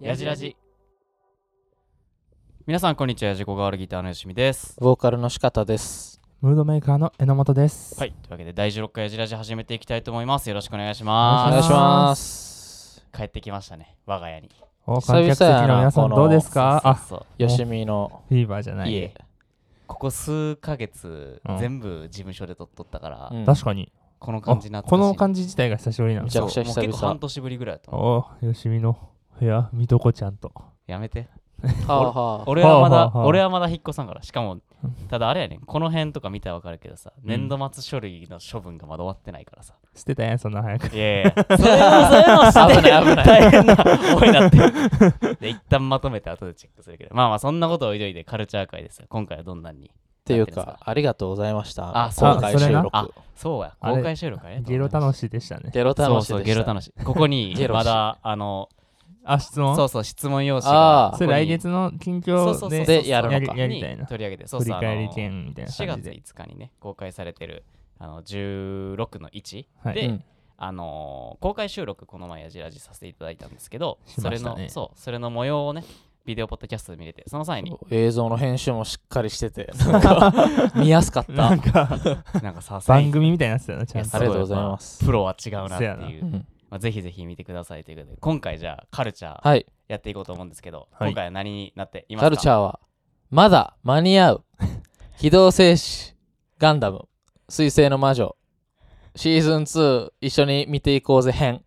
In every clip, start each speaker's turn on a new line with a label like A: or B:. A: やじらじ。皆さん、こんにちは。やじこがわるギターのよしみです。
B: ボーカルの仕方です。
C: ムードメーカーの榎本です。
A: はい。というわけで、第16回やじらじ始めていきたいと思います。よろしくお願いし
B: お
A: ま
B: 願い
A: す。
B: します。
A: 帰ってきましたね。我が家に。
C: お
B: 久々
C: 観
B: やな
C: 客席の皆さ
B: こ
C: ん
B: の
C: どうですかあ、フ
A: そうそう
B: よしみの
C: ィーバーじゃな
A: そうい
C: い。
A: え。ここ数ヶ月、
C: うん
A: 全部事務所で撮っとったから、
B: うん
C: 確かに。
A: この感
C: あ
A: じな
C: この感じ自体が久しぶりなん
B: め
C: で
B: ち
C: す
B: ゃくちゃ久々
A: 結構半年ぶりぐらいだと思う。
C: およしみの部屋、みとこちゃんと。
A: やめて。
B: はあはあ
A: 俺はま
C: はあは
A: だ、
C: あはあ
A: 俺はまだ引っ越さんから。しかも、ただあれやねん。この辺とか見たらわかるけどさ、年度末書類の処分がまだ終わってないからさ。
C: 捨てたやん、そんな早く。
A: いやいや、それはそういうのして
B: 危ない危ない
A: 大変な思いになってる。 で、一旦まとめて後でチェックするけど、まあまあ、そんなことを置いといてカルチャー会ですよ。今回はどんなんに。
B: っていう
A: なんていうんで
B: かありがとうございました
A: あそう
B: 公開
C: あそれ
B: 収
C: な
B: 録
A: あそうや、
C: あれ
A: 公開収録ね。
C: ゲロ楽しいでしたね。
B: ゲロ
A: そ
B: 楽
A: う
B: しい
A: そう、
B: で
A: ゲロ
B: した
A: 楽しい。ここに
B: ゲ、ロし
A: まだ、あの、
C: あ、質問
A: そうそう、質問用紙
B: あ
A: が
B: ー。
C: それ来月の近
A: そうそうそ
C: 況
A: うそう
C: で
B: でやるのか
C: やりたいな
A: に取り上げて、そう
C: 振り
A: そう、あ
C: 返り
A: の
C: 券みたいな
A: 4
C: 感
A: 月
C: じで。
A: 5日にね、公開されてる、あの、16の1
C: はい
A: で、
B: うん
A: あのー公開収録この前やじらじさせていただいたんですけど、
C: し
A: そ
C: ま
A: れ
C: した
A: の
C: ね
A: そうそれの模様をねビデオポッドキャストで見れてその際に
B: 映像の編集もしっかりしてて なんか見やすかった
C: なんか、
A: なんかさ
C: 番組みたいなやつだな、ちゃん
A: す
B: あ
A: ご
B: り
A: い
B: がと
C: と。
B: うございます
A: プロは違うなって
C: そ
A: いう
C: や
B: うん
A: まあ、ぜひぜひ見てくださいということで今回じゃあカルチャー
B: はい
A: やっていこうと思うんですけど、
C: はい
A: 今回は何になっていますか
B: カルチャーはまだ間に合う 機動戦士ガンダム水星の魔女シーズン2一緒に見ていこうぜ編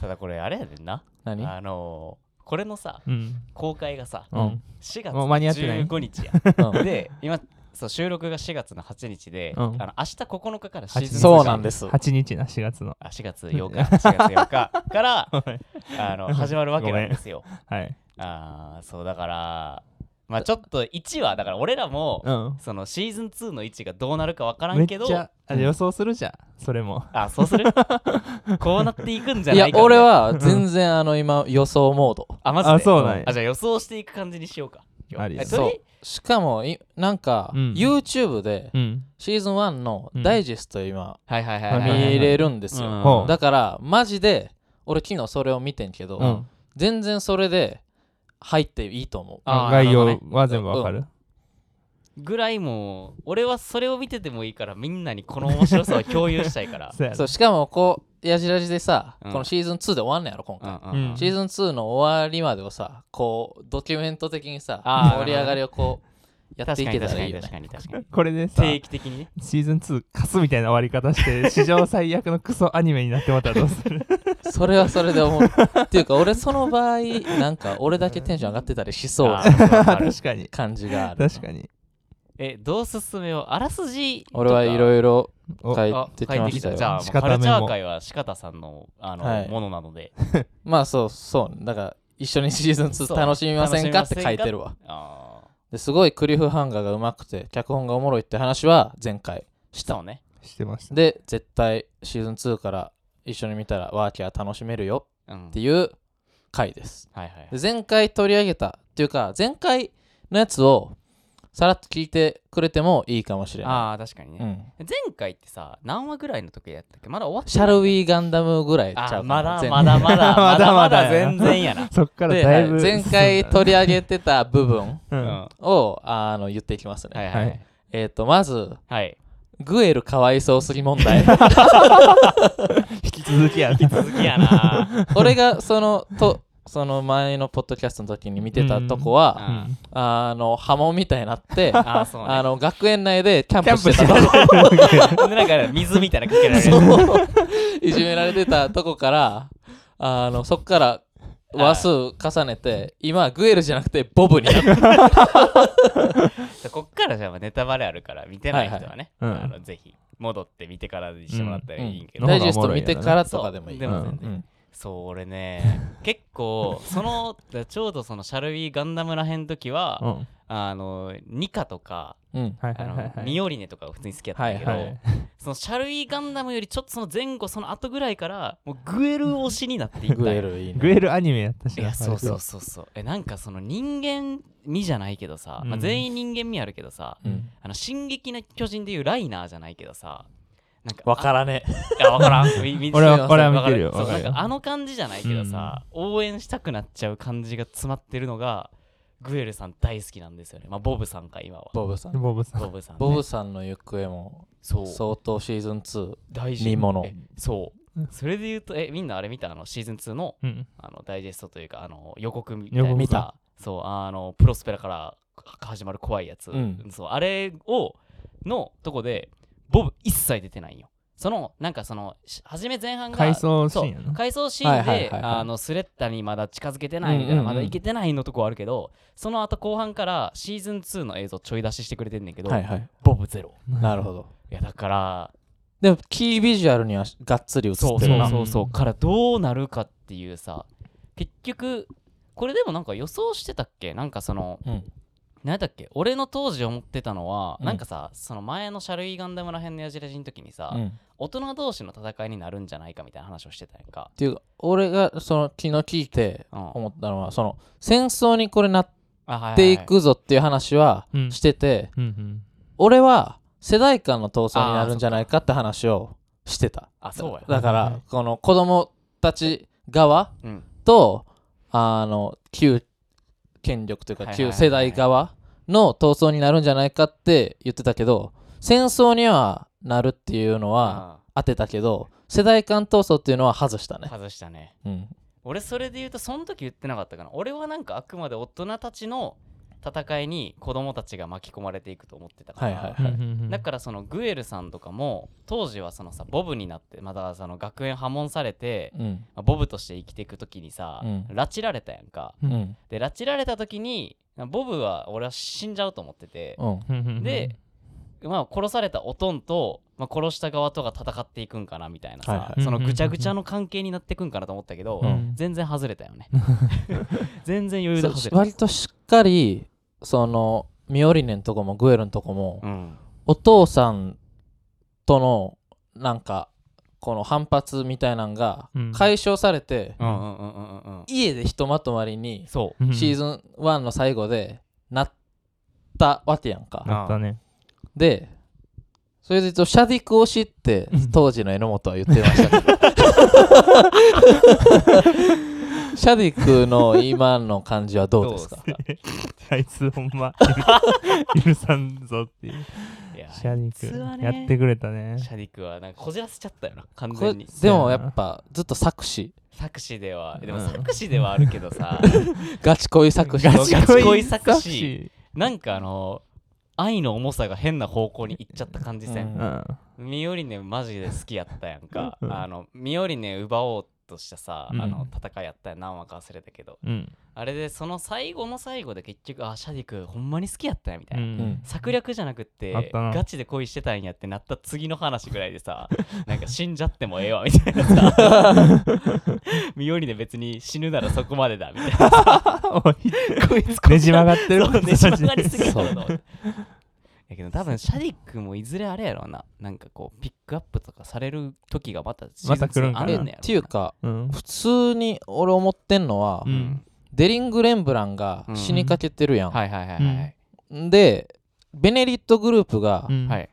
A: ただこれあれやねんな
B: 何
A: あのーこれのさ
C: うん。
A: 公開がさ
C: うん。
A: 4月
C: もう間に合ってない
A: 15日や
B: うん
A: で今そう収録が4月の8日で、
C: うん
A: あの明日9日からシーズン
B: そうなん
A: す
B: です
C: 8日な、4月の。
A: あ4月8日、4月8日から
C: はい
A: あの始まるわけなんですよ。
C: はい。
A: あーそうだから、まあちょっと1話、だから俺らも、
C: うん。
A: そのシーズン2の1がどうなるかわから
C: め
A: ん
C: っ
A: けど、
C: ちゃあ
B: うん
C: 予想するじゃん、それも。
A: あ、そうするこうなっていくんじゃ
B: い
A: な
B: や
A: いかみたいな
B: 俺、は全然あの今予想モード
A: あ、マジで
C: あ、そうなんや
A: あ。じゃあ予想していく感じにしようか。今日
C: あり
A: え
C: そ
A: とり
B: うしかもいなんか、
C: うん
B: YouTube で
C: うん。
B: シーズン1のダイジェスト今、
A: はいはいはい
C: うん
A: は
B: 見
A: い、はい
B: れるんですよ、
A: うん
C: ほう
B: だからマジで俺昨日それを見てんけど、
C: うん。
B: 全然それで入っていいと思う
A: あー
C: 概
A: なる
C: 要
A: ほ
C: は全部わかる、
A: ぐらいもう、俺はそれを見ててもいいから、みんなにこの面白さを共有したいから。
C: そうや
B: そう
C: な
B: しかもこうやじらじでさ、
A: うん
B: このシーズン2で終わんねやろ今
A: う
B: 回、
A: んうんうん
B: シーズン2の終わりまでをさこうドキュメント的にさ
A: あー
B: 盛り上がりをこうやって
A: 確
B: い
A: か
B: け
A: に
B: た
A: 確
B: ら
A: か
B: いい
A: に
B: よ
A: 確か
B: ね
A: に確かに。
C: これでさ
A: 定期的にね。
C: シーズン2カスみたいな終わり方して史上最悪のクソアニメになってまたらどうする
B: それはそれで思うっていうか俺その場合なんか俺だけテンション上がってたりしそう
A: あ
B: な
A: ーわかる
C: 確かに
B: 感じがある
C: 確かに
A: え、どう進めようあらすじとか
B: 俺はいろいろ
C: お
B: 書い
A: あ
B: てきました
A: 書いて
B: よ
A: じゃあ、
C: 仕
A: カ
C: 方メモ
A: ルチャー界は仕方さんのあの、
B: はい
A: ものなので。
B: まあそうそうだから一緒に シーズン
A: そ
B: 2
A: う
B: 楽しみませんかって書いてるわ
A: ああ。
B: ですごいクリフハンガーがうまくて脚本がおもろいって話は前回
A: そうね。
C: してました
B: で絶対シーズン2から一緒に見たらワーキャー楽しめるよ
A: うん。は
B: っ
A: い
B: ていう回です
A: はいはい。
B: で前回取り上げたっていうか前回のやつをさらっと聞いてくれてもいいかもしれな
A: ああ、確かに
B: い、
A: ね、
B: うん、
A: 前回ってさ、何話ぐらいの時やったっけまだ終わって
B: シャルウィーガンダムぐらいちゃう
A: あ
B: か
A: ー
B: な
A: まだ
B: 前
A: まだまだまだ
C: まだ
A: ま
C: まだ
A: だ全然やな。
C: そっから
B: で
C: だいぶ
B: 前回取り上げてた部分
A: う
C: う
A: んん。は
B: をあの言っていきますね、
A: いは
C: はいい。
B: えっ、とまず
A: はい。
B: グエルかわいそうすぎ問題
C: 引き続きやな
A: 続き やな。
B: 俺がそのとその前のポッドキャストの時に見てたとこは、
A: うん
C: うん
B: あの波紋みたいになってあ、
A: ああ、そうね。
B: の学園内でキャン
C: キャ
B: プ
C: ンプ
B: し
C: してて
B: たとこ
A: で、なんか水みたいなのかけられる。
B: いじめられてたとこからあのそっから話数重ねて今グエルじゃなくてボブになった
A: こっからじゃあネタバレあるから、見てない人はね、
C: はいはいうん
A: あのぜひ戻って見てからにしてもらったらいいんけど。
C: うん
B: ダイジェスト見てからとかでもいい
A: そうでも全然
B: うん
A: そう俺 ね結構そのちょうどそのシャルウィーガンダムらへん時は、
C: うん
A: あのニカとか
B: うん
C: はい
A: あ
C: はい
A: の、
C: はいはい
A: ミオリネとかが普通に好きやったんだけど、
C: はいはい
A: そのシャルウィーガンダムよりちょっとその前後その後ぐらいからもうグエル推しになっていったんよ
B: グエルいいね
C: グエルアニメやったし
A: い
C: な
A: やそうそうそうそうえなんかその人間味じゃないけどさ、まあ、
C: うん
A: 全員人間味あるけどさ、
B: うん
A: あの進撃の巨人でいうライナーじゃないけどさなんか
B: わからねえ。
A: いや、わからん。み見て
C: 俺
B: すいませ
C: は
B: ん
C: 俺は見てるよ
A: そう
C: わか
A: なん
C: る
A: か
C: よ
A: あの感じじゃないけどさ、応援したくなっちゃう感じが詰まってるのがグエルさん大好きなんですよねまあボブさんか今は
B: ボブさん。
C: ボブさん
A: ボブさんね、
B: ボブさんの行方も
A: そう
B: 相当シーズン2。
A: 大事
B: 見もの
A: えそう、
C: うん
A: それで言うとえみんなあれ見たあのシーズン2の
C: うん
A: あのダイジェストというかあの予告みたいな
C: 予告
B: 見た
A: そうあのプロスペラからか始まる怖いやつ、
B: うん
A: そうあれをのとこでボブ一切出てないんよそのなんかそのし初め前半が
C: 回想シ
A: そ
C: ーンや
A: う
C: な
A: 回想シーン
B: はいはい
A: で
B: はいはい
A: あのスレッタにまだ近づけてないみたい
B: うんうう
A: なん
B: ん
A: まだいけてないのとこはあるけどその後後半からシーズン2の映像ちょい出ししてくれてんねんけど
B: はいはい。
A: ボブゼロ
B: なるほど。
A: いやだから
B: でも、キービジュアルにはがっつり映っ
A: そう
B: て
A: そ
B: る
A: う
B: な。
A: そうそうからどうなるかっていうさ結局これでもなんか予想してたっけなんかその
B: うん。
A: 何だっけ俺の当時思ってたのは、
B: うん
A: なんかさその前のシャルイガンダムらへんのやじらじの時にさ、
B: うん。っ
A: 大人同士の戦いになるんじゃないかみたいな話をしてたやんか、
B: ていうか、俺がその昨日聞いて
A: うん、あ
B: 思ったのは、その戦争にこれなっ
A: はいはいはい
B: ていくぞっていう話は
C: うん
B: してて、
C: うんうん
B: 俺は世代間の闘争になるんじゃないかって話をしてた。
A: あそうや
B: だか
C: はいは
B: ら
C: い、
B: この子供たち側
A: うん
B: と、あの、旧権力という
A: は
B: か、
A: いはいはい
B: 旧
A: はい
B: 世代側の闘争になるんじゃないかって言ってたけど、戦争にはなるっていうのは当てたけど、世代間闘争っていうのは外した
A: うん
B: ね。
A: 外したね
B: うん。
A: 俺それで言うとその時言ってなかったかな俺はなんかあくまで大人たちの戦いに子供たちが巻き込まれていくと思ってたか
B: は
A: ら、
B: いはい
C: うん
B: はい。
C: うんうん
A: だからそのグエルさんとかも当時はそのさボブになってまだその学園破門されて、
B: うん。
A: まあボブとして生きていく時にさ、
B: うん
A: 拉致られたやんか
B: うん。
A: で拉致られた時にボブは俺は死んじゃうと思ってて、
B: うん。
C: うんうんうん
A: でまあ、殺されたおとんと、まあ、殺した側とが戦っていくんかなみたいなさ、
B: はいはい
A: そのぐちゃぐちゃの関係になっていくんかなと思ったけど、
C: うん
A: 全然外れたよ ね全然余裕で
B: そ
A: 外
B: う
A: れた、
B: 割としっかり、その、ミオリネのとこもグエルのとこも、
A: うん、
B: お父さんとのなんかこの反発みたいなんが
C: うん
B: 解消されて、
A: うんうんうんうんうんうん
B: 家でひとまとまりに
A: そ
C: うん
B: シーズン1の最後でなったわけやんか、
C: なったね
B: でそれで言うとシャディク推しって当時の榎本は言ってましたけどシャディクの今の感じはどうですか
A: どう
C: あいつほんま許さんぞっていう
A: ういや
C: シャデ
A: あいつは
C: ィク
A: ね
C: やってくれたね
A: シャディクはなんかこじらせちゃったよな完
B: これ
A: 全に
B: でもやっぱずっと作詞
A: 作詞ではで
C: う
A: も
C: ん
A: 作詞ではあるけど さ
B: ガチ恋作詞
A: ガチ恋
C: 作
A: 作詞なんかあの愛の重さが変な方向に行っちゃった感じせ
B: うんん
C: うん
A: ミオリネマジで好きやったやんか
C: うん
A: あのミオリネ奪おうとしたさ、
C: うん
A: あの戦いやったやん何話か忘れたけど
C: うん
A: あれでその最後の最後で結局あシャディクほんまに好きやったやみたいな、
B: ん
A: 策略じゃなくって
C: あったな
A: ガチで恋してたんやってなった次の話ぐらいで さなんか死んじゃってもええわみたいなさミオリネ別に死ぬならそこまでだみたいな
C: おい
A: こいつ
C: ねじ曲がってる
A: そうねじ曲がりすぎる
B: そう
A: だろうなやけど多分シャディックもいずれあれやろうななんかこうピックアップとかされる時がまたシーズン
C: また来るんかな
A: 2あんねやろな
B: っていうか
C: うん
B: 普通に俺思ってんのは、
A: う
C: うんん
B: デリング・レンブランが
A: うん
B: 死にかけてるやん、
A: はいはいはいはい
B: でベネリットグループが
C: うん
A: はい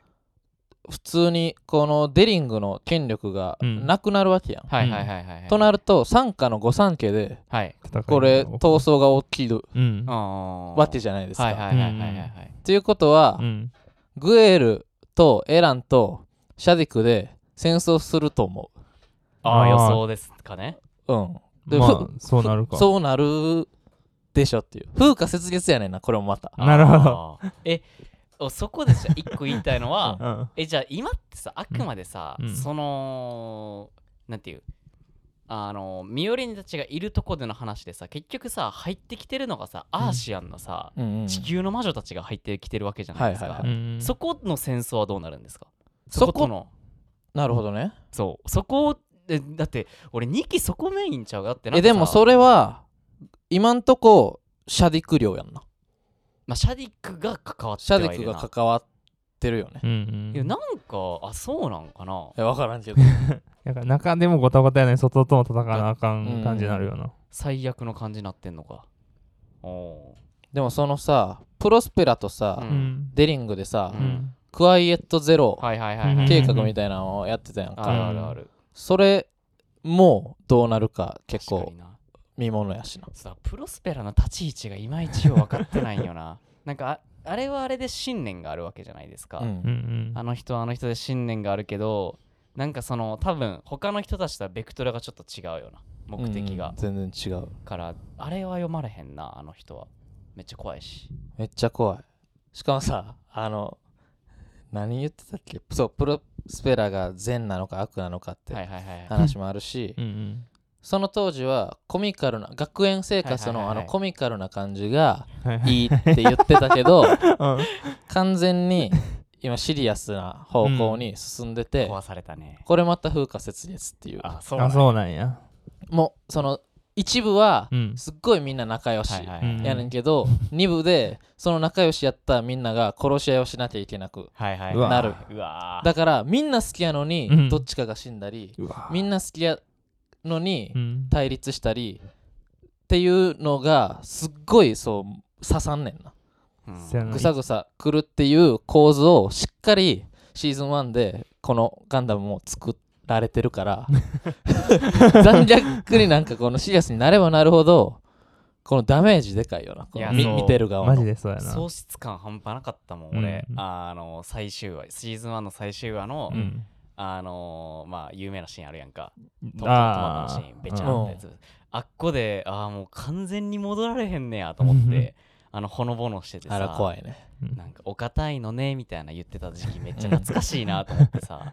B: 普通にこのデリングの権力が
C: うん
B: なくなるわけやん、
A: はいはいはいはい
B: となると傘下の御三家で
A: はい
C: 戦い
B: これ闘争が起きる
C: うん
B: わ
A: わ
B: けじゃないですか、
A: はいはいはいはいはいは
C: う
A: い
B: っていうことは、
C: うん
B: グエルとエランとシャディクで戦争すると思
A: ああ
C: あー
A: 予想ですかね
B: ううんで
C: まあ
B: ふ
C: そうなるか
B: そうなるでしょっていう風化雪月やねんなこれもまた
C: なるほ
A: どえおそこでじゃあ一個言いたいのは、
C: うん
A: えじゃあ今ってさあくまでさ、
C: うん
A: そのなんていうあのミオリネたちがいるとこでの話でさ結局さ入ってきてるのがさアーシアンのさ、
B: うんうん
A: 地球の魔女たちが入ってきてるわけじゃないですか、
B: はいは
C: う
B: い
C: ん
A: そこの戦争はどうなるんですか
B: そこ
A: ことの
B: なるほどね
A: そうそこをえだって俺2期そこメインちゃうかってなん
B: え
A: かさ
B: でもそれは今んとこシャディク量やんな
A: まあ、シャディックが関わって
B: シャ
A: は
B: デ
A: いるな
B: ィクが関わってるよね
C: うん
A: いうや
C: ん
A: なんかあそうなんかな
B: え分からんけ ど
C: だから中でもごたごたやね外とも戦わなあかん感じになるよな
A: 最悪の感じになってんのかおー
B: でもそのさプロスペラとさ、
A: う
C: うんん
B: デリングでさ、
A: うん
B: クワイエットゼロ
A: はいはいはい、は
C: うん
A: い、
B: 計画みたいなのをやってたやん
A: あ
B: か。
A: るあるある
B: それもどうなるか結
A: 確か
B: 構
A: にな
B: 見ものやしな。
A: さプロスペラの立ち位置がいまいちよう分かってないんよな なんかああれはあれで信念があるわけじゃないですか、
B: うん
C: うんうん
A: あの人はあの人で信念があるけどなんかその多分他の人たちとはベクトルがちょっと違うよな目的が
B: うん、全然違う。
A: からあれは読まれへんなあの人はめっちゃ怖いし
B: めっちゃ怖い。しかもさ、あの、何言ってたっけそう、プロスペラが善なのか悪なのかっ
A: はい
B: て
A: はいはいはい
B: 話もあるし、
C: うんうん
B: その当時はコミカルな、学園生活
A: はい
B: の
A: は
B: あ
A: いはいはい
B: のコミカルな感じが
C: はいはい
B: いいって言ってたけど、
C: うん
B: 完全に今シリアスな方向に進んでて、
A: 壊されたね
B: これまた風化節裂っていう。
A: あそう
C: あ
A: だ
C: そうなんや。
B: もう、その一部は
C: うん
B: すっごいみんな仲良し。
A: はいはいはい
B: やねんけど、2部でその仲良しやったみんなが殺し合いをしなきゃいけなく
A: はいはいう
C: わ
B: なる
A: うわー
B: だからみんな好きやのに、
C: うん
B: どっちかが死んだり
C: うわ
B: みんな好きやのに
C: うん
B: 対立したりっていうのがすっごいそう刺さんねんな
A: うん
C: せやな
B: ぐさぐさくるっていう構図をしっかりシーズン1でこのガンダムも作られてるから 残虐になんかこのシリアスになればなるほどこのダメージでかいよなこ
A: いや
B: のみ
A: そう
B: 見てる側
C: マジ
B: の
C: でそうやな。
A: 喪失感半端なかったもん俺、
C: うん
A: あの最終話シーズン1の最終話の、
C: うん
A: あのーまあ有名なシーンあるやんかトマト
C: あ
A: マトのシーン
C: ー
A: べちゃんってやつ、あっこでああもう完全に戻られへんねやと思っ
C: うん
A: てあのほのぼのしててさ
B: あら怖いね
C: うん
A: なんかお堅いのねみたいな言ってた時期めっちゃ懐かしいなと思って さ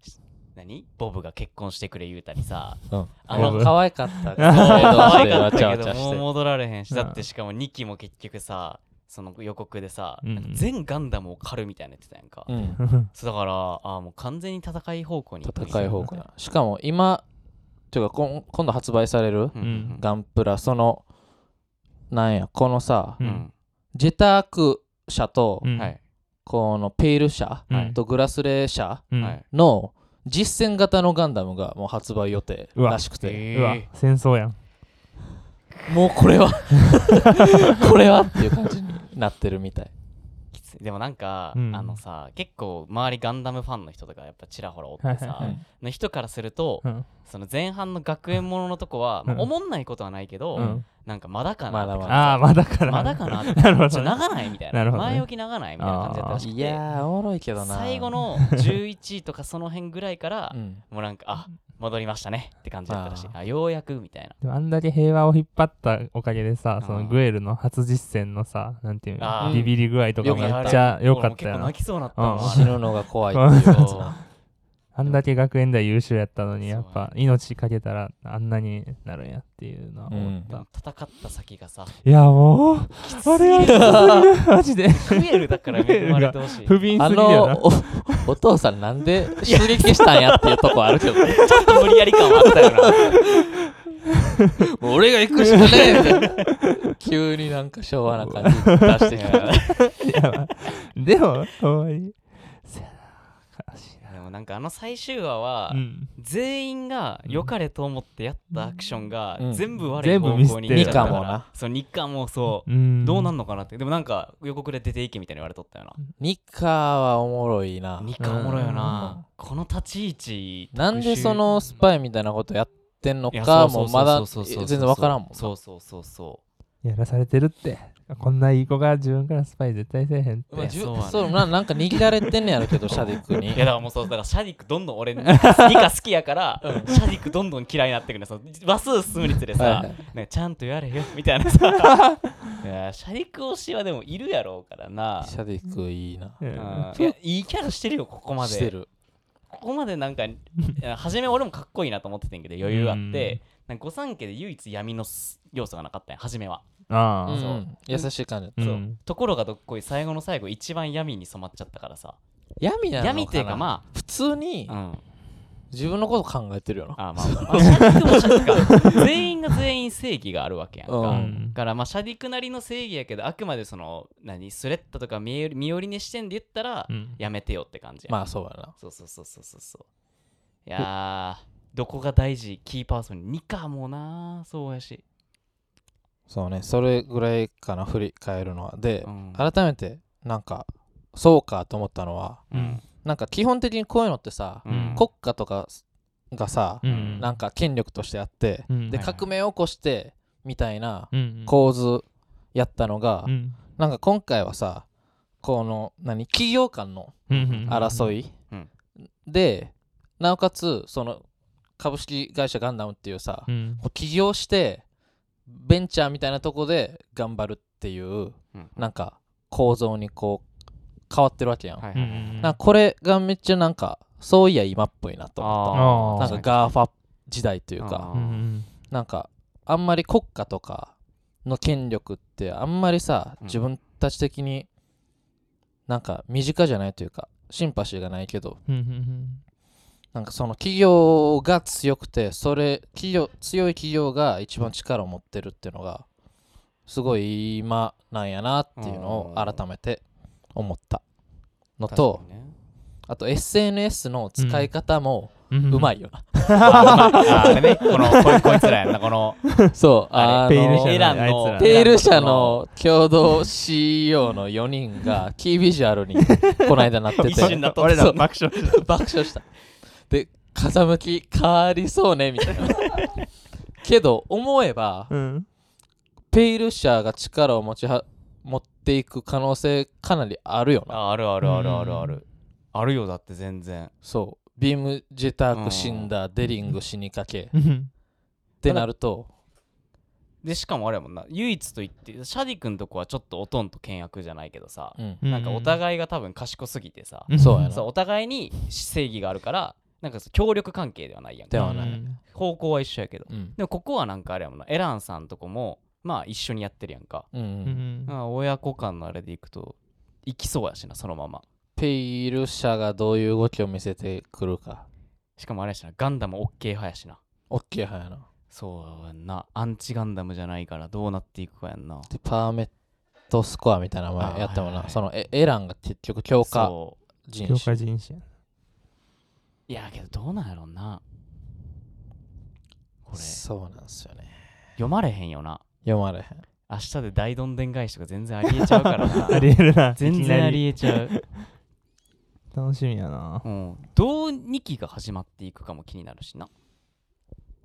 A: し何ボブが結婚してくれ言うたりさ
B: うん、
A: あ
B: あ
A: の
B: の可愛かった
A: そう可愛か
B: わ
A: った
B: ちゃわ
A: け
B: ち
A: ど
B: ゃ
A: も
B: し
A: う
B: て
A: 戻られへんし
C: うん
A: だってしかも2期も結局さその予告でさ、
C: うん
A: なんか全ガンダムを狩るみたいなの言ってたやんか、
B: うん
A: そうだからああもう完全に戦い方向に行くんや
B: 戦い方向なしかも今ていうかこん今度発売される
A: うんうん
B: ガンプラそのなんやこのさ
A: う
C: うんん
B: ジェターク社と
C: うん
A: はい、
B: このペイル社
C: うん
B: とグラスレー社
C: うん
A: はい
B: の実戦型のガンダムがもう発売予定らしくて
A: え
C: うわ
A: ー、
C: 戦争やん。
B: もうこれは これはっていう感じになってるみたい
A: きついでもなんか、
C: うん
A: あのさ結構周りガンダムファンの人とかやっぱちらほらおって
C: はいは
A: さ
C: いは
A: の人からすると
C: うん
A: その前半の学園もののとこは、まあ
C: うん
A: おもんないことはないけど、
C: うん
A: なんかまだかなって感じ
B: ま
C: ああ、まだから。
A: まだかなって
C: なる ほ
A: ち
C: ど
A: ょ
C: ね。
A: 長ないみたい
C: な
A: な
C: るほどね
A: 前置き長ないみたいな感じだったらしく
B: い
A: て
B: やーおもろいけどな
A: 最後 の11位とかその辺ぐらいから、
B: うん
A: もうなんかあ戻りましたねって感じだったらしい
B: あ
A: あようやくみたいな
C: でもあんだけ平和を引っ張ったおかげでさ
A: ー、
C: そのグエルの初実践のさ、なんていう
A: あ
C: の、
A: ー
C: ビビり具合とかめっちゃ良かった
A: 俺も結構
C: よな
A: 泣。きそうになったもん
C: うん
A: あ
B: 死
A: れ
B: ぬのが怖いっていうやつな
C: あんだけ学園では優秀やったのに、やっ
A: そうや
C: ぱ命かけたらあんなになるんやっていうのは思っ
A: で
C: た
A: も。戦った先がさ
C: いや、もう、 あれはきつすぎる、マ ジで。
A: クエルだから恵まれてほ しい
C: 不憫
B: あ
C: すぎるよな
B: の。おお父さんなんで襲撃したんやっていうとこあるけどね
A: ちょっと無理やり感はあったよ な。
B: もう俺が行くしかねえみたいな急になんか昭和な感じ出してきた
C: でも、かわいい。せやな、悲しい
A: でもなんかあの最終話は
C: な。うん。
A: 全員が良かれと思ってやったアクションが
B: うん
A: 全部悪い
C: 全部
A: 方
C: ミス
A: 向
C: っ
A: に
C: て
A: 行っ
C: る
A: ちゃった
B: ニカ
A: か
B: も
A: ら
B: な
A: そう日韓もそう
C: うん
A: どうなんのかなってでもなんか予告で出ていけみたいに言われとったよ
B: ニッカはおもろい
A: な
B: な
A: 日韓おもろいよなこの立ち位置
B: なんでそのスパイみたいなことやってんの
A: いや
B: か
A: そ
B: も
A: う
B: う
A: そ
B: ま
A: う
B: だ
A: そうそうそう
B: 全然わからんもん
A: そうそうそうそ
C: やらされてるって。こんないい子が自分からスパイ絶対せえへんって。
B: まあじゅ
A: そうやね
B: そうななんか握られてんねやろけどシャディク
A: う
B: に
A: いやだからもうそうだからシャディックどんどん俺ニカニカ好きやからシャディックどんどん嫌いになってくるその話数進むにつれ
B: はいは
A: さ
B: い
A: なんかちゃんとやれよみたいなさ いやシャディック推しはでもいるやろうからな
B: シャディクいいな
C: うん
A: うんいやいいキャラしてるよここまで
B: してる
A: ここまでなんかいや初め俺もかっこいいなと思ってたんやけど余裕あってなんか御三家で唯一闇のす要素がなかったんや初めは、
C: あ
B: う
C: あ、
B: ん
A: そう
B: うん優しい感じ
C: うん
A: そうところがどっこい最後の最後一番闇に染まっちゃったからさ
B: 闇なのかな
A: 闇っていうかま
B: 普通に
A: あ、うん、
B: 自分のこと考えてるよな
A: あまあ、まあ、シャディクもシャディクか全員が全員正義があるわけやんか、
B: う
C: うんん
A: だからまあシャディクなりの正義やけどあくまでその何スレッタとか身寄り身寄りに視点で言ったら、
C: うん
A: やめてよって感じやん
B: まあそうやな
A: そうそうそうそうそうそういやーどこが大事キーパーソンにかもなそうやし、
B: そうね、それぐらいかな、振り返るのは。で、
A: うん
B: 改めて、なんか、そうかと思ったのは
A: うん
B: なんか基本的にこういうのってさ、
A: うん
B: 国家とかがさ、
C: うん
B: なんか権力としてあって、
C: うん
B: で
A: はいはい
B: 革命を起こしてみたいな
C: うん
B: 構図やったのが、
C: うん
B: なんか今回はさこの何企業間の
C: うん
B: 争
C: い
B: い、
A: うん
B: でなおかつその株式会社ガンダムっていうさ、
C: うん
B: 起業してベンチャーみたいなとこで頑張るっていう
A: うん
B: なんか構造にこう変わってるわけやん、
A: はい
C: うん
A: は
C: う
A: いはい
C: ん
B: なんかこれがめっちゃなんかそういや今っぽいなと思っ
A: あー
B: たな
C: あ
B: んか
A: 確
B: ガーファ時代というか
A: あ
C: うんうん
B: なんかあんまり国家とかの権力ってあんまりさ
A: うん
B: 自分たち的になんか身近じゃないというかシンパシーがないけど
C: うんうん
B: なんかその企業が強くてそれ企業強い企業が一番力を持ってるっていうのがすごい今なんやなっていうのを改めて思ったの
A: かに
B: と、
A: ね
B: あと SNS の使い方も
C: うんうん
B: うまいよな、
A: あ うまいああれねこのこいこいつらやんなこの
B: そう
A: あ
B: あ
C: れ
B: の
A: エランの
B: ペイル社の共同 CEO の4人がキービジュアルにこの間なってて
A: 一緒になっとっ
C: 俺
A: た
C: ら爆笑して
B: 爆笑したで風向き変わりそうねみたいなけど思えば
C: たうん
B: ペイル社が力を持ちは持っていく可能性かなりあるよな
A: ああるあるあるあるあるあるよだって全然
B: そうビームジェター
A: うん
B: ク死んだデリング死にかけっ
C: うん
B: てなると
A: でしかもあれやもんな唯一と言ってシャディ君とこはちょっとおとんと倹約じゃないけどさ、
B: うん
A: なんかお互いが多分賢すぎてさ、
C: うん
B: そうやな
A: そうお互いに正義があるからなんかそう協力関係ではないやん
B: で
A: か
B: はない
C: うん
A: 方向は一緒やけど
B: うん
A: でもここはなんかあれやもんなエランさんとこもまあ一緒にやってるやんか、
B: うんうん
C: うん
A: まあ親子間のあれでいくといきそうやしなそのまま
B: ペイル社がどういう動きを見せてくるか
A: しかもあれやしなガンダム OK 派やしな
B: オッケー派やな
A: そうやんなアンチガンダムじゃないからどうなっていくかやんな
B: でパーメットスコアみたいな名前やったもん
A: あはいは
B: ないそのエエランが結局強化
A: そう
B: 人
C: 強
B: 種
C: 化人種
A: いやけどどうなんやろうなこれ
B: そうなんですよね
A: 読まれへんよな
B: 読まれへん
A: 明日で大どんでん返しとか全然ありえちゃうから
C: あ
A: な
C: りえるな
A: 全
C: いきな
A: 然ありえちゃう、
C: 楽しみやな
A: うん、どう2期が始まっていくかも気になるしな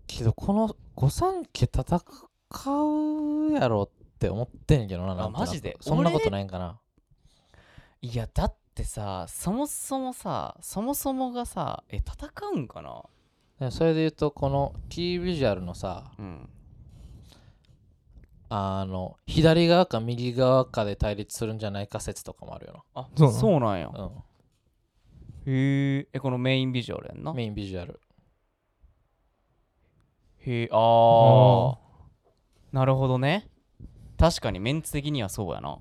B: けどこの御三家戦うやろって思ってんやけどななんとなく
A: マジで
B: そんなことないんかない
A: やだってさそもそもさそもそもがさえ戦うんかな
B: でそれで言うとこのキービジュアルのさ
A: うん
B: あの左側か右側かで対立するんじゃないか説とかもあるよ
A: あ
C: そうなの
A: そうなんや
B: な、
A: へええこのメインビジュアルやん
B: う、
A: なんへ
B: メインビジュアル
A: えあーなるほどね確かにメンツ的にはそうやな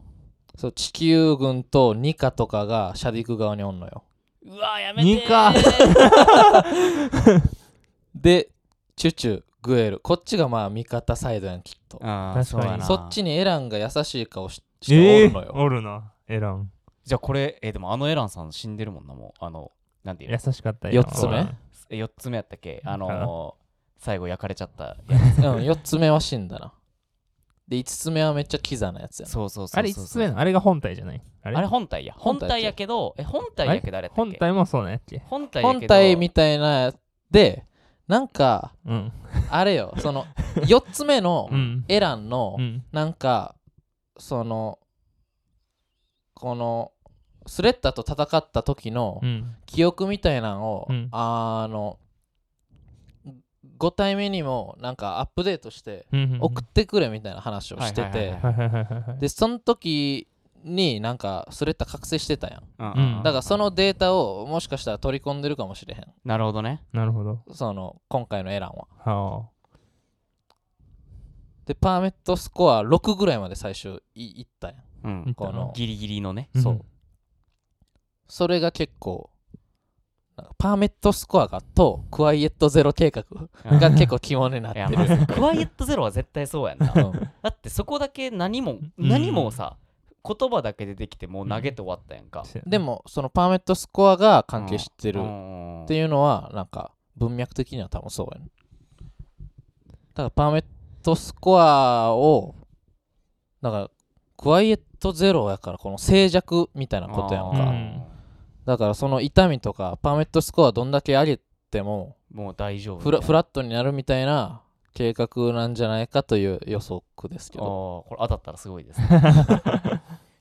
B: そう地球軍とニカとかがシャディク側におんのよ
A: うわやめてー
C: ニカ
B: でチュチュグエルこっちがまあ味方サイドやんきっと
A: あー
C: 確かに
A: そうやな
B: そっちにエランが優しい顔ししてお
C: ええ
B: るのよ、
C: おるなエラン
A: じゃあこれえでもあのエランさん死んでるもんなもうあのなんていうの
C: 優しかった
B: 四つ目
A: え4つ目やったっけあ
C: か
A: のー、最後焼かれちゃった
B: うん、4つ目は死んだな。で、5つ目はめっちゃキザなやつやな。
A: そうそうそうそうそう
C: あれ5つ目のあれが本体じゃないあれ
A: あれ本体や本
B: 本体
A: 体やけどえ本体やけどあれやったっ
C: 本
A: け
C: 体もそうなんやっけ
A: 本体や
B: 本
A: けど
B: 体みたいなやつで、なんか、
C: うん
B: あれよ、その、4つ目 の
C: うん
B: エランの
C: う、ん
B: なんか、その、この、スレッタと戦った時の
C: うん
B: 記憶みたいなのを、
C: うん
B: あの、5体目にもなんかアップデートして
C: うん
B: 送ってくれみたいな話をして
A: はいはいはい
B: て
A: はい
C: はいはいはいはいはい
B: でその時になんかスレッタ覚醒してたやん
A: うんうんうん
B: だからそのデータをもしかしたら取り込んでるかもしれへん
A: なるほどね
C: なるほど
B: その今回のエランは
C: は
B: でパーメットスコア6ぐらいまで最終いいったやん
A: う
C: あ
A: ん
B: この
A: ギリギリのね
C: うん
B: そうそれが結構なんかパーメットスコアがとクワイエットゼロ計画が結構肝になっ
A: い
B: て
A: や
B: る
A: まずクワイエットゼロは絶対そうやん な
B: う
A: だ
B: ん
A: ってそこだけ何も
C: うん
A: 何もさ言葉だけ出てきてもう投げて終わったやんか
B: でもそのパーメットスコアが関係してる
A: っ
B: っていうのはなんか文脈的には多分そうやねだからパーメットスコアをだからクワイエットゼロやからこの静寂みたいなことやんか、
A: あー
C: うん
B: だからその痛みとかパーメットスコアどんだけ上げても
A: もう大丈夫
B: フラフラットになるみたいな計画なんじゃないかという予測ですけ
A: ああー
B: ど
A: これ当たったらすごいです、ね、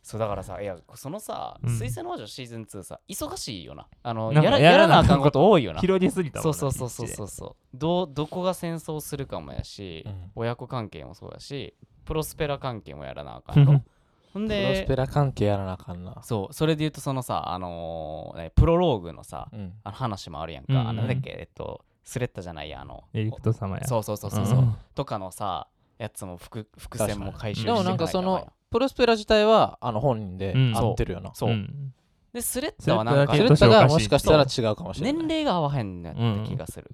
A: そうだからさいやそのさ「
C: うん
A: 水星の魔女シーズン2さ」忙しいよなあの
C: なん
A: や
C: からや
A: や
C: ら
A: ら
C: な
A: な
C: あ
A: あ
C: か
A: か
C: ん
A: ん
C: こ
A: ことと多いよな
C: 広げすぎたもん
A: そ
C: な
A: うそうそうそうそうそうどうどこが戦争するかもやし、
B: うん
A: 親子関係もそうやしプロスペラ関係もやらなあかんのほん
B: プロスペ
A: で
B: ラ関係やらなあかんな、
A: そうそれで言うとそのさあのーねプロローグのさ
B: うん、
A: あの話もあるやんか、
C: うんうん
A: あのなんだっけえっとスレッタじゃないやあの
C: エリクト様や
A: そうそうそうそうそう、とかのさやつも伏伏線も回収して
B: でもなんかそのプロスペラ自体はあの本人で
C: うん
B: 合ってるよな、
A: そう、
C: うん
A: でスレッタはなんか
C: ス
B: スレ
C: レッ
B: ッ
C: タ
B: タ
C: が
B: が
C: も
B: も
C: し
B: し
C: か
B: か
C: し
B: したた
C: ら
B: ら違うかもしれ
A: 年
B: ない
A: 齢が合わへんのやった気がする、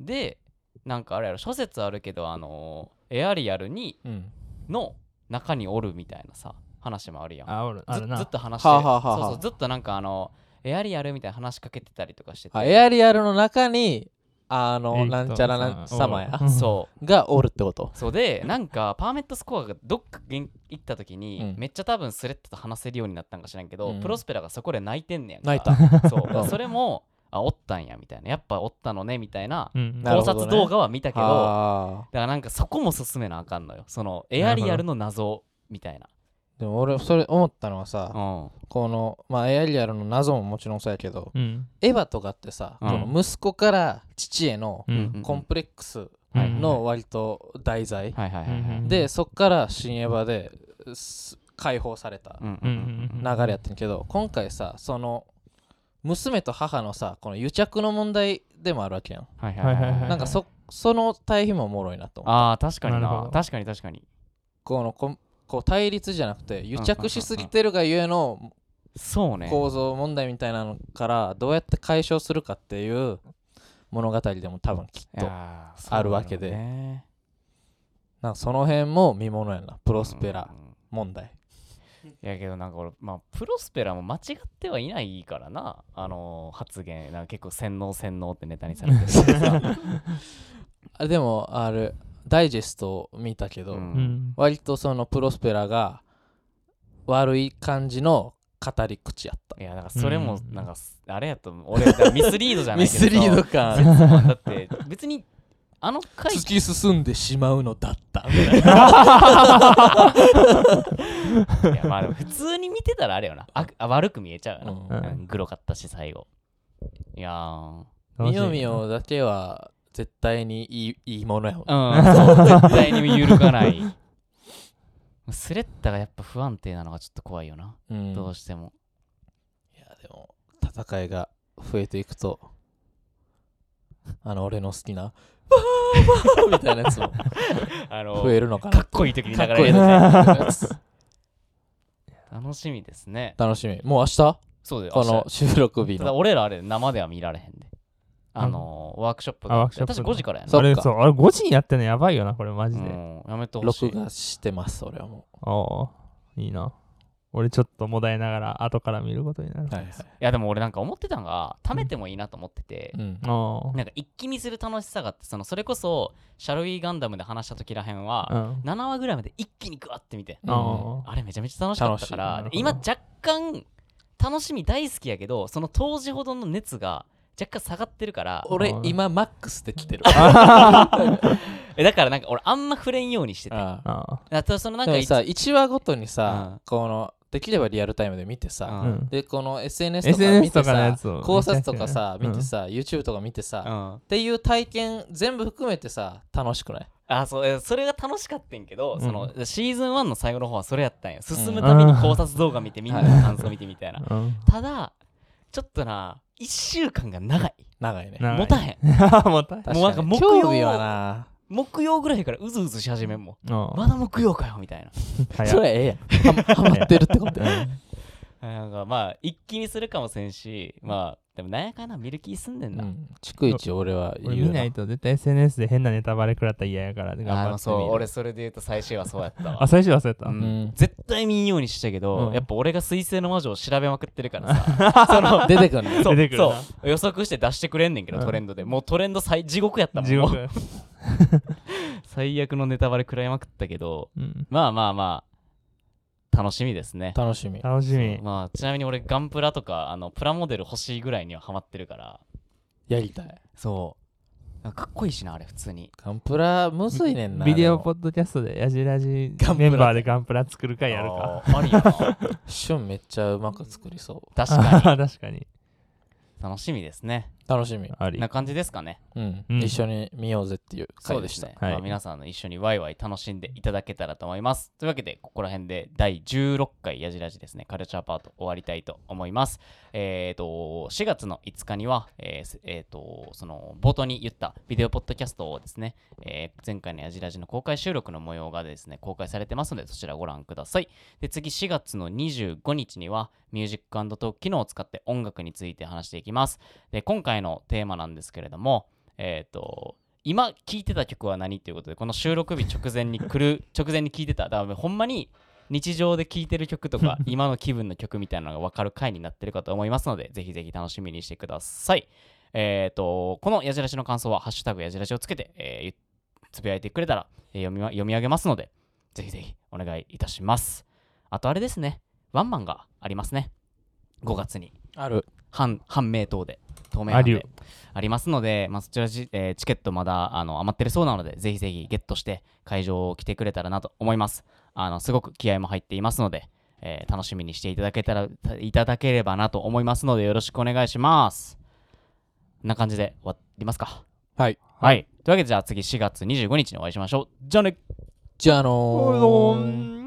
A: でなんかあれやろ諸説あるけどあのーエアリアルに
B: うん
A: の中におるみたいなさ話もあるやん
C: あおるあ
A: ず
C: るな
A: ずっと話してる
B: はあはあはあはあ
A: そうそうずっとなんかあのエアリアルみたいな話しかけてたりとかしてて
B: あエアリアルの中にあの
C: エリクト
B: な
C: 様
B: んちゃらなん様や
C: うん
A: そう
B: がおるってこと
A: そうでなんかパーメットスコアがどっか行った時に、
B: うん
A: めっちゃ多分スレッドと話せるようになったんか知らんけど、
B: うん
A: プロスペラがそこで泣いてんねやんか
B: 泣いた
A: そうそれもあおったんやみたいなやっぱおったのねみたいな
C: うん
B: なる
A: 考
B: ほどね
A: 察動画は見たけど
B: あ
A: だからなんかそこも進めなあかんのよそのエアリアルの謎みたいな
B: ーでも俺それ思ったのはさ、
A: うん
B: この、まあ、エアリアルの謎ももちろんそうやけど、
C: うん
B: エヴァとかってさ、
A: うん
B: この息子から父への
C: うん
A: うん
B: コンプレックス
C: うん
B: の割と題材、
A: はいはいはいはい
C: うん
B: でそっから新エヴァです解放された
A: うん
C: うんうん
B: 流れやってんけど、今回さその娘と母のさこの癒着の問題でもあるわけやん、
A: はいはいはいはい
B: なんかそその対比もおもろいなと思う
A: あー確かに
C: なるほ
A: な
C: ど
A: 確かに確かに
B: このこんこう対立じゃなくて癒着しすぎてるがゆえの
A: そうね
B: 構造問題みたいなのからどうやって解消するかっていう物語でも多分きっ
A: い
B: と
A: やーそう
B: あるわけで
A: だろうね
B: なんかその辺も見ものやなプロスペラ
A: うん
B: 問題、
A: いやけどなんか俺、まあ、プロスペラも間違ってはいないからな、あのー発言、なんか結構洗脳洗脳ってネタにされてるけどさ
B: あでもあれダイジェストを見たけど、
A: うん
C: うん
B: 割とそのプロスペラが悪い感じの語り口やった
A: いや、だからそれも
C: う、ん
A: なんかす、あれやと、俺、だからミスリードじゃない
B: ミ
A: けど
B: スリード感
A: 説もだって、別に、あの回、
B: 突き進んでしまうのだった
A: いやまあでも普通に見てたらあれよな、ああ悪く見えちゃうよな、
C: うん
A: うんグロかったし、最後。いやー、
C: 楽し
B: み
C: い
B: よみよだけは絶対にいいいいものやもん
A: うん、そう絶対に揺るがない。スレッタがやっぱ不安定なのがちょっと怖いよな、
B: うん
A: どうしても。
B: いやでも戦いが増えていくとあの俺の好きな「わーわーみたいなやつも
A: あの
B: 増えるのか
A: か
B: な
A: っこいい時に流
B: かっ
A: れ
B: こい い
A: るや
B: やつ
A: つ楽しみですね
B: 楽しみもう明日
A: そうだよ
B: この
A: 明
B: 収録日
A: 日ただ
B: の
A: 俺らあれ生では見られへんであのーワークショップ
C: あ
A: が
C: ワークショップ
A: 確か5時からやな
B: そ
C: あ
B: っ
C: れ
B: か
C: そうあれ5時にやってんのやばいよなこれマジで、
A: うんやめてほしい
B: 録画してます俺はも
C: ああいいな俺ちょっともだえながら後から見ることになる、
B: うはいはい
A: いやでも俺なんか思ってたのが貯めてもいいなと思ってて
B: うん
C: あ
A: なんか一気見する楽しさがあってそのそれこそシャルウィーガンダムで話した時らへん
C: あう
A: は
C: ん
A: 7話ぐらいまで一気にグワって見て
C: あ
A: あれめちゃめちゃ楽しかったか
C: 楽
A: ら
C: しい
A: 今若干楽しみ大好きやけどその当時ほどの熱が若干下がってるから
B: 俺今マックスで来てる
A: えだからなんか俺あんま触れんようにしてて
B: あ
C: あ
A: あとそのな
B: あ
A: ん
B: で
A: か
B: も
A: い
B: さ1話ごとに
A: う
B: さ
A: ん
B: このできればリアルタイムで見てさ
A: う
C: あ
A: ん
C: うん
B: でこの SNS とか見
C: SNS
B: て
C: とかのや
B: さ
C: つを
B: 考察とかさ
C: め
B: 見
C: ちゃ
B: て
C: くち
B: さ YouTube とか見てさ
A: うん
B: っていう体験全部含めてさ楽しくない
A: あそうえそれが楽しかったんけど、
C: うん
A: そのシーズン1の最後の方はそれやったんよ進むために考察動画見てみんなの感想見てみたいな
C: ゃうん
A: ただちょっとな1週間が長い
B: 長いね
C: 長い
A: 持たへん
C: うんもったい
B: 確
A: もうなん
B: か
A: か
B: に
A: 木曜
B: 興味はな
A: 木曜ぐらいからうずうずし始めんもん
C: うん
A: まだ木曜かよみたいな
C: 早い
B: それええやんハマハマってるってことや
A: なんかまあ一気にするかもせんしまあでもなんやかんや見る気すんねん
B: う
A: な、
B: ん逐一俺は
C: 俺
B: 言
C: 見
B: う
C: ないと絶対 SNS で変なネタバレ食らったら嫌やから頑張って
A: あ
C: 見
A: の
C: る
A: そう俺それで言うと最終はそうやったわ
C: あ最初忘れた、
A: うん
B: うん
A: 絶対見んようにしたけど、
C: うん
A: やっぱ俺が水星の魔女を調べまくってるからさ その
B: 出てくるね
A: そう
C: 出てくるな
A: そう予測して出してくれんねんけど、
C: うん
A: トレンドでもうトレンド最地獄やったもん
C: 地 獄
A: もう最悪のネタバレ食らいまくったけど
C: うん
A: まあまあまあ楽しみですね。
B: 楽しみ。
C: 楽しみ。
A: まあ、ちなみに俺、ガンプラとか、あのプラモデル欲しいぐらいにはハマってるから、
B: やりたい。
A: そう。かっこいいしな、あれ、普通に。
B: ガンプラむずいねんな。
C: ビデオ
B: でも
C: ポッドキャストでヤジラジ
B: ガンプラ
C: メンバーでガンプラ作る会やるか。
A: あー。ありやな。
B: シュンめっちゃうまく作りそ
A: 確か
C: あ 確かに。
A: に。楽しみですね。
B: う。楽しみ。
C: あり。
A: な感じですかね。
B: うん。
C: うん
B: 一緒に見ようぜっていう回でした。
A: ね。
C: はい
A: まあ、皆さんの一緒にワイワイ楽しんでいただけたらと思います。というわけで、ここら辺で第16回やじらじですね、カルチャーパート終わりたいと思います。えっ、と、4月の5日には、えーすえーと、その冒頭に言ったビデオポッドキャストをですね、えー前回のやじらじの公開収録の模様がですね、公開されてますので、そちらご覧ください。で、次4月の25日には、ミュージックトーク機能を使って音楽について話していきます。で、今回のテーマなんですけれども、えっ、と、今聴いてた曲は何ということでこの収録日直前に来る直前に聴いてただからほんまに日常で聴いてる曲とか今の気分の曲みたいなのが分かる回になってるかと思いますのでぜひぜひ楽しみにしてくださいえっ、とこのやじらしの感想は「ハッシュタグやじらし」をつけて、えーゆつぶやいてくれたら、えー読みま読み上げますのでぜひぜひお願いいたしますあとあれですねワンマンがありますね5月に
B: ある。
A: 半半明灯で透明版
C: ありゅ
A: でありますので、まあ、そちらじ、えーチケットまだあの余ってるそうなのでぜひぜひゲットして会場を来てくれたらなと思いますあのすごく気合も入っていますので、えー楽しみにしていただけたらいただければなと思いますのでよろしくお願いしますこんな感じで終わりますか
B: はい。
A: はい、というわけでじゃあ次4月25日にお会いしましょうじゃあね
B: じゃあのー。
C: うん